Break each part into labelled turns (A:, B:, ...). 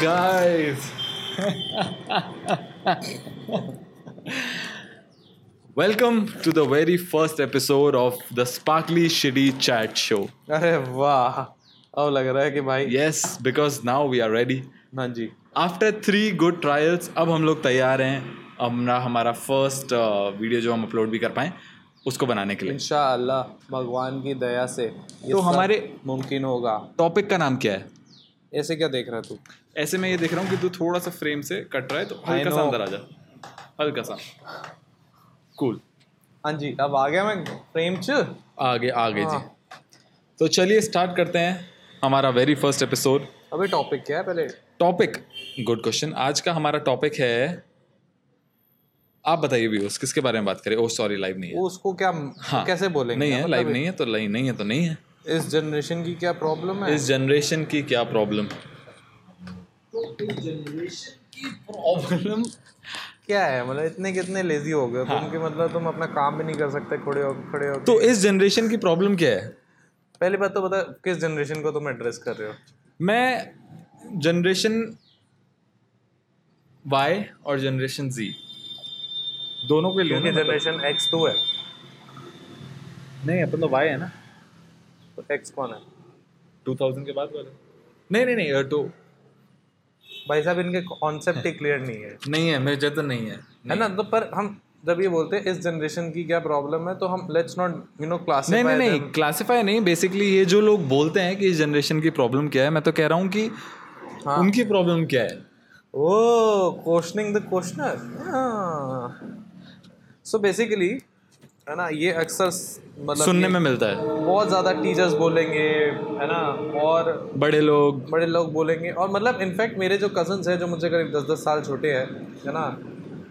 A: guys. Welcome to the very first episode of the Sparkly Shitty Chat Show.
B: अरे वाह अब लग रहा है कि भाई
A: Yes, because now we are ready.
B: हाँ जी
A: आफ्टर थ्री गुड ट्रायल्स अब हम लोग तैयार हैं हमारा हमारा फर्स्ट वीडियो जो हम अपलोड भी कर पाएँ उसको बनाने के लिए
B: इंशाल्लाह भगवान की दया से ये
A: तो
B: सब
A: हमारे-
B: मुमकिन होगा
A: टॉपिक का नाम क्या है
B: ऐसे क्या देख रहा है तू
A: ऐसे मैं ये देख रहा हूँ कि तू थोड़ा सा फ्रेम से कट रहा है तो हल्का सा
B: know.
A: अंदर आ जा हल्का सा कूल
B: हाँ जी अब आ गया मैं फ्रेम च
A: आगे आगे
B: हाँ।
A: जी तो चलिए स्टार्ट करते हैं हमारा वेरी फर्स्ट एपिसोड
B: अबे टॉपिक क्या है पहले
A: टॉपिक गुड क्वेश्चन आज का हमारा टॉपिक है आप बताइए व्यूअर्स किसके बारे में बात करें ओ सॉरी लाइव नहीं है
B: वो उसको क्या कैसे बोलेंगे
A: हाँ। नहीं है
B: मतलब
A: लाइव नहीं है तो लाइव नहीं है तो नहीं है
B: इस जनरेशन की क्या प्रॉब्लम है
A: इस जनरेशन की क्या तो प्रॉब्लम प्रॉब्लम
B: क्या है मतलब इतने कितने लेजी हो गए
A: हाँ।
B: तुम कि मतलब तुम अपना काम भी नहीं कर सकते खड़े हो खड़े हो
A: तो इस जनरेशन की प्रॉब्लम क्या है
B: पहली बात तो बता किस जनरेशन को तुम एड्रेस कर रहे हो
A: मैं जनरेशन वाई और जनरेशन जी दोनों के लिए
B: क्योंकि
A: ना,
B: जनरेशन एक्स टू है
A: मतलब- नहीं अपन तो वाई है ना
B: तो एक्स कौन है
A: टू थाउजेंड के बाद वाले नहीं नहीं नहीं तो
B: भाई साहब इनके कॉन्सेप्ट ही क्लियर नहीं है
A: नहीं है मेरे तो नहीं है
B: है ना तो पर हम जब ये बोलते हैं इस जनरेशन की क्या प्रॉब्लम है तो हम लेट्स नॉट यू नो
A: नहीं
B: क्लासिफाई
A: नहीं नहीं क्लासिफाई नहीं बेसिकली ये जो लोग बोलते हैं कि इस जनरेशन की प्रॉब्लम क्या है मैं तो कह रहा हूँ कि
B: हाँ। मतलब
A: उनकी प्रॉब्लम क्या है
B: ओ क्वेश्चनिंग द
A: हाँ।
B: क्वेश्चनर सो बेसिकली है ना ये अक्सर स- मतलब
A: सुनने में मिलता है
B: बहुत ज़्यादा टीचर्स बोलेंगे है ना और
A: बड़े लोग
B: बड़े लोग बोलेंगे और मतलब इनफैक्ट मेरे जो कजन्स हैं जो मुझसे करीब दस दस साल छोटे हैं है ना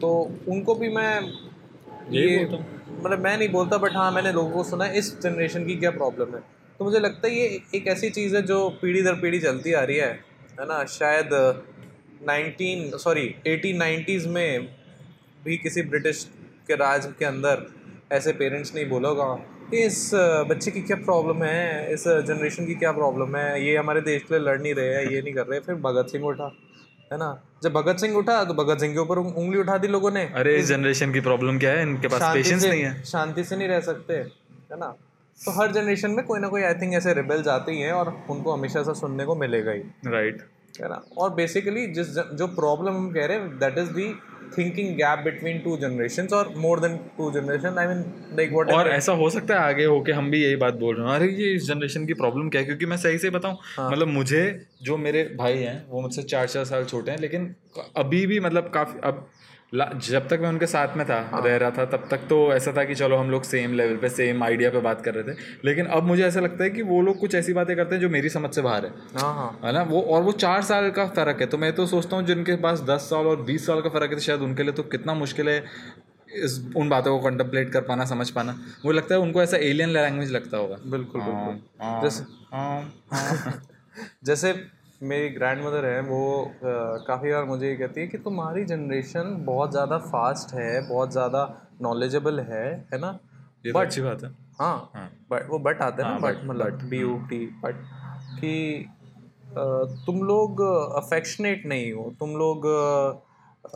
B: तो उनको भी मैं
A: यही
B: ये
A: बोलता
B: मतलब मैं नहीं बोलता बट हाँ मैंने लोगों को सुना है इस जनरेशन की क्या प्रॉब्लम है तो मुझे लगता है ये एक ऐसी चीज़ है जो पीढ़ी दर पीढ़ी चलती आ रही है है ना शायद uh, nineteen sorry eighteen nineties में भी किसी ब्रिटिश के राज के अंदर ऐसे पेरेंट्स ने ही बोला होगा कि इस अ, बच्चे की क्या प्रॉब्लम है इस जनरेशन की क्या प्रॉब्लम है ये हमारे देश के लिए लड़ नहीं रहे हैं ये नहीं कर रहे फिर भगत सिंह उठा है ना जब भगत सिंह उठा तो भगत सिंह के ऊपर उंग- उंगली उठा दी लोगों ने
A: अरे इस जनरेशन की प्रॉब्लम क्या है इनके पास
B: शांति
A: पेशेंस
B: से-
A: नहीं है
B: शांति से नहीं रह सकते है ना तो हर जनरेशन में कोई ना कोई आई थिंक ऐसे रिबेल्स आते ही हैं और उनको हमेशा ऐसा सुनने को मिलेगा ही
A: राइट
B: है ना और बेसिकली जिस जन- जो प्रॉब्लम हम कह रहे हैं that is the thinking gap between two generation और more than two generation I mean like what
A: और ऐसा हो सकता है आगे होके हम भी यही बात बोल रहे हैं अरे ये इस जनरेशन की प्रॉब्लम क्या है क्योंकि मैं सही से बताऊं मतलब मुझे जो मेरे भाई हैं वो मुझसे चार चार साल छोटे हैं लेकिन अभी भी मतलब काफ़ी अब ला- जब तक मैं उनके साथ में था रह रहा था तब तक तो ऐसा था कि चलो हम लोग सेम लेवल पे सेम आइडिया पे बात कर रहे थे लेकिन अब मुझे ऐसा लगता है कि वो लोग कुछ ऐसी बातें करते हैं जो मेरी समझ से बाहर है
B: हाँ हाँ
A: है ना वो और वो चार साल का फर्क है तो मैं तो सोचता हूँ जिनके पास दस साल और बीस साल का फर्क है तो शायद उनके लिए तो कितना मुश्किल है इस उन बातों को कंटेम्पलेट कर पाना समझ पाना वो लगता है उनको ऐसा एलियन लैंग्वेज लगता होगा
B: बिल्कुल
A: हाँ।
B: बिल्कुल जैसे जैसे मेरी ग्रैंड मदर है वो काफ़ी बार मुझे ये कहती है कि तुम्हारी जनरेशन बहुत ज़्यादा फास्ट है बहुत ज़्यादा नॉलेजेबल है है ना
A: ये तो अच्छी बात है
B: हाँ बट वो बट आते हैं
A: हाँ,
B: ना बट मतलब बी यू टी बट कि अ, तुम लोग अफेक्शनेट नहीं हो तुम लोग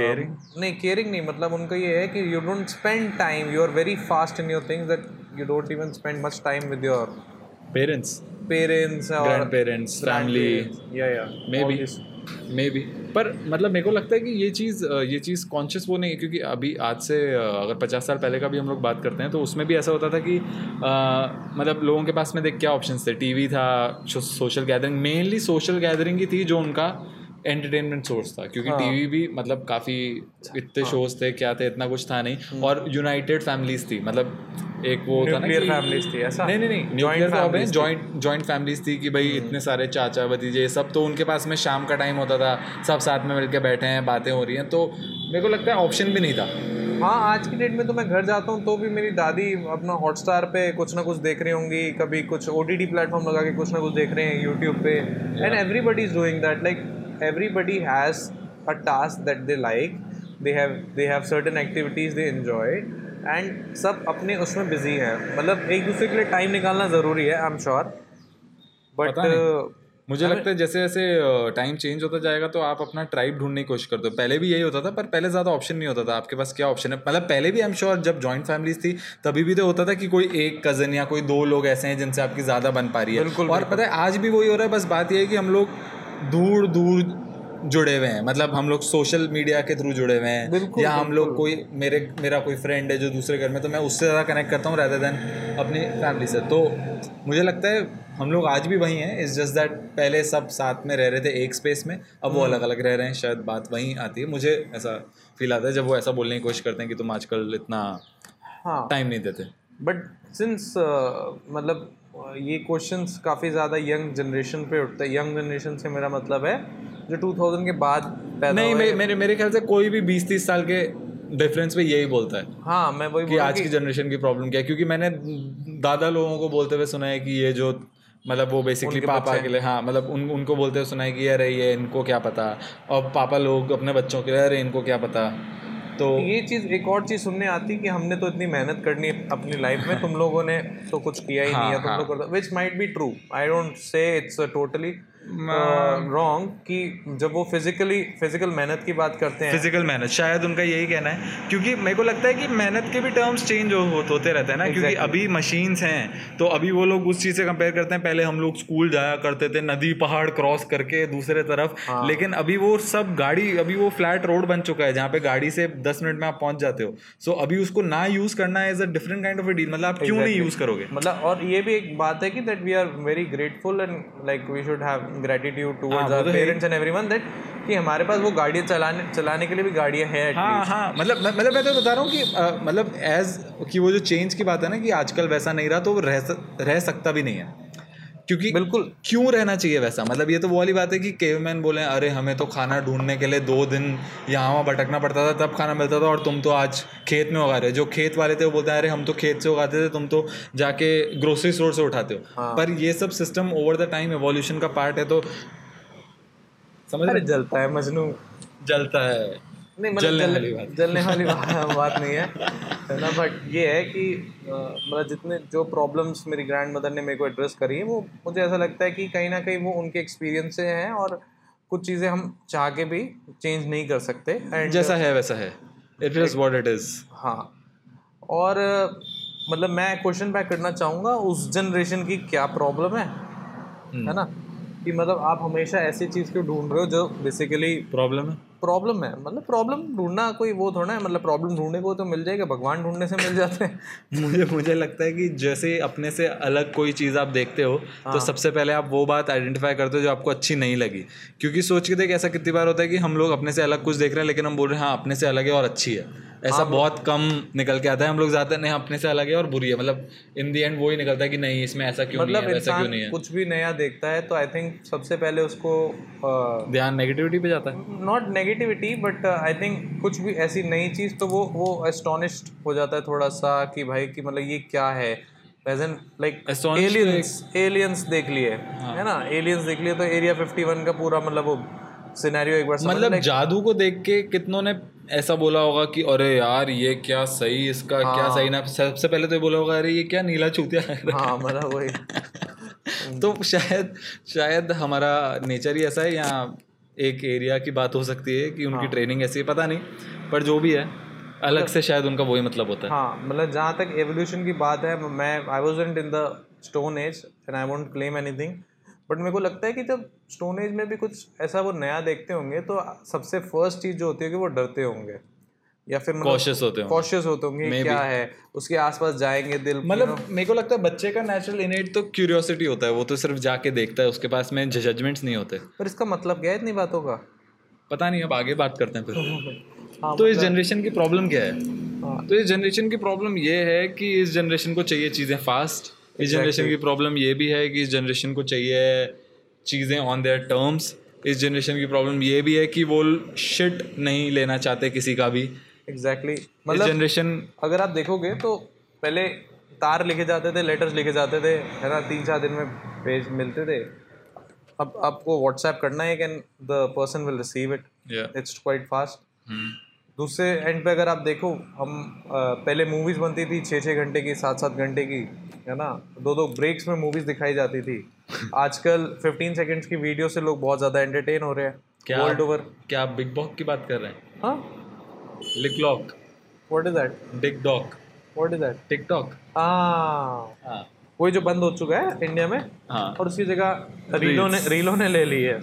B: केयरिंग नहीं केयरिंग नहीं मतलब उनका ये है कि you don't spend time you are very fast in your things that you don't even spend much time with your
A: parents
B: parents और
A: ग्रैंड पेरेंट्स फैमिली
B: या या
A: मे बी मे बी पर मतलब मेरे को लगता है कि ये चीज़ अ, ये चीज़ कॉन्शियस वो नहीं है क्योंकि अभी आज से अ, अगर पचास साल पहले का भी हम लोग बात करते हैं तो उसमें भी ऐसा होता था कि अ, मतलब लोगों के पास में देख क्या ऑप्शन थे टीवी था social gathering mainly social gathering ही थी जो उनका एंटरटेनमेंट सोर्स था क्योंकि टीवी भी मतलब काफ़ी इतने शोज थे क्या थे इतना कुछ था नहीं और यूनाइटेड फैमिलीज थी मतलब एक वो था ना
B: न्यूक्लियर
A: कि-
B: फैमिलीज थी ऐसा
A: नहीं नहीं नहीं न्यूक्लियर तो अब जॉइंट जॉइंट फैमिलीज थी कि भाई इतने सारे चाचा भतीजे सब तो उनके पास में शाम का टाइम होता था सब साथ में मिलके बैठे हैं बातें हो रही हैं तो मेरे को लगता है ऑप्शन भी नहीं था
B: हाँ आज की डेट में तो मैं घर जाता हूँ तो भी मेरी दादी अपना हॉटस्टार पे कुछ ना कुछ देख रही होंगी कभी कुछ ओ टी टी प्लेटफॉर्म लगा के कुछ ना कुछ देख रहे हैं यूट्यूब पे and everybody is doing that like everybody has a task that they like they have they have certain activities they enjoy and सब अपने उसमें बिजी हैं मतलब एक दूसरे के लिए टाइम निकालना ज़रूरी है आई एम श्योर
A: पता
B: बट
A: मुझे लगता है जैसे जैसे टाइम चेंज होता जाएगा तो आप अपना ट्राइब ढूंढने की कोशिश करते हो पहले भी यही होता था पर पहले ज़्यादा ऑप्शन नहीं होता था आपके पास क्या ऑप्शन है मतलब पहले भी आई एम श्योर जब जॉइंट फैमिलीज थी तभी भी तो होता था कि कोई एक कज़न या कोई दो लोग ऐसे हैं जिनसे आपकी ज़्यादा बन पा रही है
B: बिल्कुल,
A: और पता है आज भी वही हो रहा है बस बात यह है कि हम लोग दूर दूर जुड़े हुए हैं मतलब हम लोग सोशल मीडिया के थ्रू जुड़े हुए हैं
B: बिल्कुल,
A: या हम लोग कोई मेरे मेरा कोई फ्रेंड है जो दूसरे घर में तो मैं उससे ज़्यादा कनेक्ट करता हूँ रैदर देन अपनी फैमिली से तो मुझे लगता है हम लोग आज भी वहीं हैं इज जस्ट दैट पहले सब साथ में रह रहे थे एक स्पेस में अब वो अलग अलग रह रहे हैं शायद बात वहीं आती है मुझे ऐसा फील आता है जब वो ऐसा बोलने की कोशिश करते हैं कि तुम आजकल इतना
B: हाँ
A: टाइम नहीं देते
B: बट सिंस मतलब uh, ये क्वेश्चंस काफ़ी ज़्यादा यंग जनरेशन पे उठते हैं यंग जनरेशन से मेरा मतलब है जो 2000 के बाद पैदा
A: नहीं
B: हुए
A: मे, मेरे मेरे ख्याल से कोई भी बीस तीस साल के डिफरेंस पे यही बोलता है
B: हाँ मैं वही
A: कि
B: बोल
A: आज की जनरेशन की प्रॉब्लम क्या है क्योंकि मैंने दादा लोगों को बोलते हुए सुना है कि ये जो मतलब वो बेसिकली पापा के लिए हाँ मतलब उन उनको बोलते हुए सुना है कि अरे ये इनको क्या पता और पापा लोग अपने बच्चों के लिए अरे इनको क्या पता तो
B: ये चीज़ एक और चीज़ सुनने आती कि हमने तो इतनी मेहनत करनी है अपनी लाइफ में तुम लोगों ने तो कुछ किया
A: हाँ,
B: ही नहीं है तुम लोग करते which might be true I don't say it's totally wrong uh, कि जब वो फिजिकली फिजिकल मेहनत की बात करते हैं
A: फिजिकल मेहनत शायद उनका यही कहना है क्योंकि मेरे को लगता है कि मेहनत के भी टर्म्स चेंज हो, हो- होते रहते हैं ना क्योंकि अभी मशीन्स हैं तो अभी वो लोग उस चीज़ से कंपेयर करते हैं पहले हम लोग स्कूल जाया करते थे नदी पहाड़ क्रॉस करके दूसरे तरफ
B: हाँ।
A: लेकिन अभी वो सब गाड़ी अभी वो फ्लैट रोड बन चुका है जहाँ पे गाड़ी से दस मिनट में आप पहुंच जाते हो सो अभी उसको ना यूज़ करना as a different kind of a deal मतलब आप क्यों नहीं यूज़ करोगे
B: मतलब और ये भी एक बात है कि that we are very grateful and like we should have gratitude
A: हाँ,
B: टुवर्ड्स
A: तो
B: our parents and everyone that कि हमारे पास वो गाड़ियाँ चलाने चलाने के लिए भी गाड़ियाँ हैं at
A: हाँ हाँ मतलब मैं- मतलब मैं तो बता रहा हूँ कि अ, मतलब एज कि वो जो चेंज की बात है ना कि आजकल वैसा नहीं रहा तो वो रह सक- रह सकता भी नहीं है क्योंकि
B: बिल्कुल
A: क्यों रहना चाहिए वैसा मतलब ये तो वो वाली बात है कि केवमैन बोले अरे हमें तो खाना ढूंढने के लिए दो दिन यहाँ वहाँ भटकना पड़ता था तब खाना मिलता था और तुम तो आज खेत में उगा रहे हो जो खेत वाले थे वो बोलते हैं अरे हम तो खेत से उगाते थे तुम तो जाके ग्रोसरी स्टोर से उठाते हो
B: हाँ।
A: पर ये सब system over the time evolution का पार्ट है तो समझ रहे
B: अरे जलता है मजनू
A: हो? जलता है
B: नहीं मतलब
A: जलने
B: जल-
A: वाली बात।
B: जलने वाली बा- बात नहीं है है ना बट ये है कि अ, मतलब जितने जो प्रॉब्लम्स मेरी ग्रैंड मदर ने मेरे को एड्रेस करी है वो मुझे ऐसा लगता है कि कहीं ना कहीं वो उनके एक्सपीरियंस से हैं और कुछ चीज़ें हम चाह के भी चेंज नहीं कर सकते एंड
A: जैसा है वैसा है it is what it is
B: हाँ और अ, मतलब मैं क्वेश्चन बैक करना चाहूँगा उस जनरेशन की क्या प्रॉब्लम है
A: हम्म।
B: है ना कि मतलब आप हमेशा ऐसी चीज़ को ढूंढ रहे हो जो बेसिकली
A: प्रॉब्लम है
B: प्रॉब्लम है मतलब प्रॉब्लम ढूंढना कोई वो थोड़ा है मतलब प्रॉब्लम ढूंढने को तो मिल जाएगा भगवान ढूंढने से मिल जाते हैं
A: मुझे मुझे लगता है कि जैसे अपने से अलग कोई चीज़ आप देखते हो तो सबसे पहले आप वो बात आइडेंटिफाई करते हो जो आपको अच्छी नहीं लगी क्योंकि सोच के देख ऐसा कितनी बार होता है कि हम लोग अपने से अलग कुछ देख रहे हैं लेकिन हम बोल रहे हैं हाँ अपने से अलग है और अच्छी है ऐसा बहुत कम निकल के आता है हम लोग ज़्यादा नहीं अपने से अलग है और बुरी है मतलब इन दी एंड वो ही निकलता है कि नहीं इसमें ऐसा क्यों नहीं
B: मतलब
A: है वैसा क्यों नहीं
B: इंसान कुछ भी नया देखता है तो आई थिंक सबसे पहले उसको
A: है ध्यान नेगेटिविटी पे जाता है
B: not negativity but I think uh, कुछ भी ऐसी नई चीज़ तो वो वो एस्टोनिश्ड हो जाता है थोड़ा सा कि भाई कि मतलब ये क्या है एज एन लाइक
A: Astonished तो हाँ।
B: एलियंस एलियंस देख लिए है ना एलियंस देख लिए तो एरिया 51 का पूरा मतलब वो सिनेरियो एक बार समझ
A: मतलब जादू को देख के कितनों ने ऐसा बोला होगा कि अरे यार ये क्या सही इसका क्या सही ना सबसे पहले तो ये बोला होगा अरे ये क्या नीला चूतिया है
B: हाँ मतलब वही
A: तो
B: हम्म।
A: शायद शायद हमारा नेचर ही ऐसा है या एक एरिया की बात हो सकती है कि
B: हाँ।
A: उनकी ट्रेनिंग ऐसी है पता नहीं पर जो भी है अलग से शायद उनका वही मतलब होता है
B: हाँ मतलब जहाँ तक एवोल्यूशन की बात है मैं I was in the stone age and I won't claim anything but मेरे को लगता है कि जब स्टोन एज में भी कुछ ऐसा वो नया देखते होंगे तो सबसे फर्स्ट चीज़ जो होती होगी वो डरते होंगे या फिर मतलब
A: कॉशियस होते हैं
B: कॉशियस होते होंगे कि क्या है उसके आसपास जाएंगे दिल
A: मतलब मेरे को लगता है बच्चे का नेचुरल इनेट तो क्यूरियोसिटी होता है वो तो सिर्फ जाके देखता है उसके पास में जजमेंट्स नहीं होते
B: पर इसका मतलब क्या है इतनी बातों का
A: पता नहीं अब आगे बात करते हैं फिर
B: हाँ
A: तो इस जनरेशन की प्रॉब्लम क्या है
B: हाँ
A: तो इस जनरेशन की प्रॉब्लम ये है कि इस जनरेशन को चाहिए चीज़ें फास्ट इस जनरेशन की प्रॉब्लम ये भी है कि इस जनरेशन को चाहिए चीज़ें ऑन देयर टर्म्स इस जनरेशन की प्रॉब्लम ये भी है कि वो शिट नहीं लेना चाहते किसी का भी
B: एग्जैक्टली exactly. मतलब
A: इस जनरेशन
B: अगर आप देखोगे तो पहले तार लेके जाते थे लेटर्स लेके जाते थे है ना तीन चार दिन में पेज मिलते थे अब आपको व्हाट्सएप करना है can the person will receive it it's quite fast
A: हम्म।
B: दूसरे एंड पे अगर आप देखो हम अ, पहले मूवीज़ बनती थी छः छः घंटे की सात सात घंटे की है ना दो दो ब्रेक्स में मूवीज़ दिखाई जाती थी आजकल 15 सेकंड्स की वीडियो से लोग बहुत ज़्यादा एंटरटेन हो रहे हैं
A: क्या
B: वर्ल्ड ओवर
A: क्या आप बिग बॉक की बात कर रहे हैं
B: हाँ
A: लिक lock
B: what is that
A: Dick dock
B: what is that
A: TikTok
B: हाँ
A: हाँ
B: वही जो बंद हो चुका है इंडिया में
A: हाँ
B: और उसकी जगह रीलों ने रीलों ने ले ली है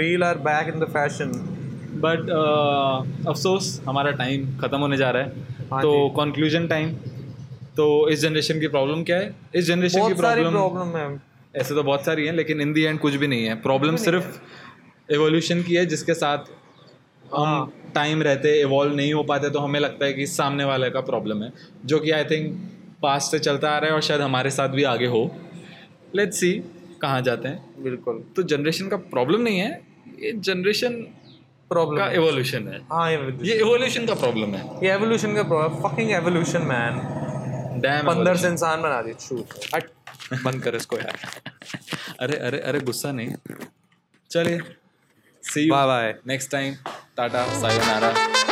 B: reel are back in the fashion
A: but uh, अफसोस हमारा टाइम ख़त्म होने जा रहा है
B: हाँ
A: तो कंक्लूजन टाइम तो इस जनरेशन की प्रॉब्लम क्या है इस जनरेशन की
B: बहुत सारी
A: प्रॉब्लम
B: प्रॉब्लम है
A: ऐसे तो बहुत सारी हैं लेकिन इन दी एंड कुछ भी नहीं है प्रॉब्लम सिर्फ एवोल्यूशन की है जिसके साथ हम टाइम रहते इवॉल्व नहीं हो पाते तो हमें लगता है कि सामने वाले का प्रॉब्लम है जो कि आई थिंक पास्ट से चलता आ रहा है और शायद हमारे साथ भी आगे हो लेट्स सी कहाँ जाते हैं
B: बिल्कुल
A: तो जनरेशन का प्रॉब्लम नहीं है ये जनरेशन
B: प्रॉब्लम
A: का एवोल्यूशन है
B: हाँ ये
A: ये एवोल्यूशन का प्रॉब्लम है
B: ये एवोल्यूशन का problem fucking evolution man
A: damn
B: बंदर से इंसान बना दिया छूट हट बंद कर इसको यार
A: अरे अरे अरे गुस्सा नहीं चलिए see you
B: bye bye
A: next time Tata sayonara